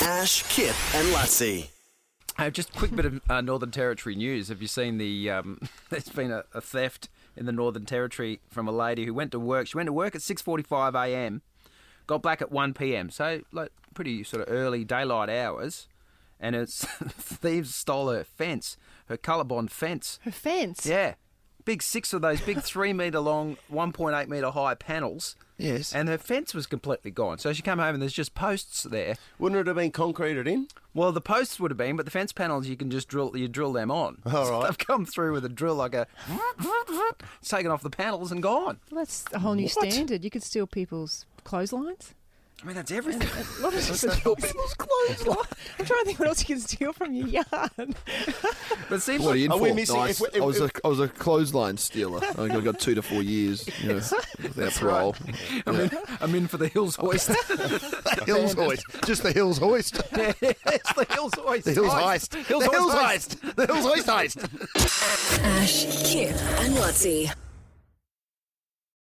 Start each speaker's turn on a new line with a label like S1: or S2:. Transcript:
S1: Ash, Kip, and Lutzi.
S2: Uh, just a quick bit of uh, Northern Territory news. Have you seen the? Um, there's been a, a theft in the Northern Territory from a lady who went to work. She went to work at 6:45 a.m. Got back at 1 p.m. So like pretty sort of early daylight hours, and it's thieves stole her fence, her colourbond fence.
S3: Her fence.
S2: Yeah, big six of those big three metre long, 1.8 metre high panels.
S4: Yes.
S2: And her fence was completely gone. So she came home and there's just posts there.
S4: Wouldn't it have been concreted in?
S2: Well, the posts would have been, but the fence panels you can just drill. You drill them on.
S4: All
S2: So
S4: right.
S2: I've come through with a drill like a, it's taken off the panels and gone.
S3: Well, that's a whole new
S4: What?
S3: standard. You could steal people's clotheslines.
S2: I mean, that's everything.
S3: What is steal people's clotheslines? I'm trying to think what else you can steal from your yarn.
S2: But it seems
S5: What are
S2: like
S5: you in
S4: Are
S5: for?
S4: we missing-
S5: Nice.
S4: if we- if-
S5: I was a
S4: if-
S5: I was a clothesline stealer. I think I got two to four years you know, without parole.
S2: I'm, in, I'm in for the hills hoist.
S5: Hills hoist, just the hills hoist,
S2: it's the hills hoist.
S5: the hills heist,
S2: Hills
S5: the
S2: hoist
S5: hills
S2: heist.
S5: heist, the hills hoist heist.
S6: Ash, Kip, and Lutzi.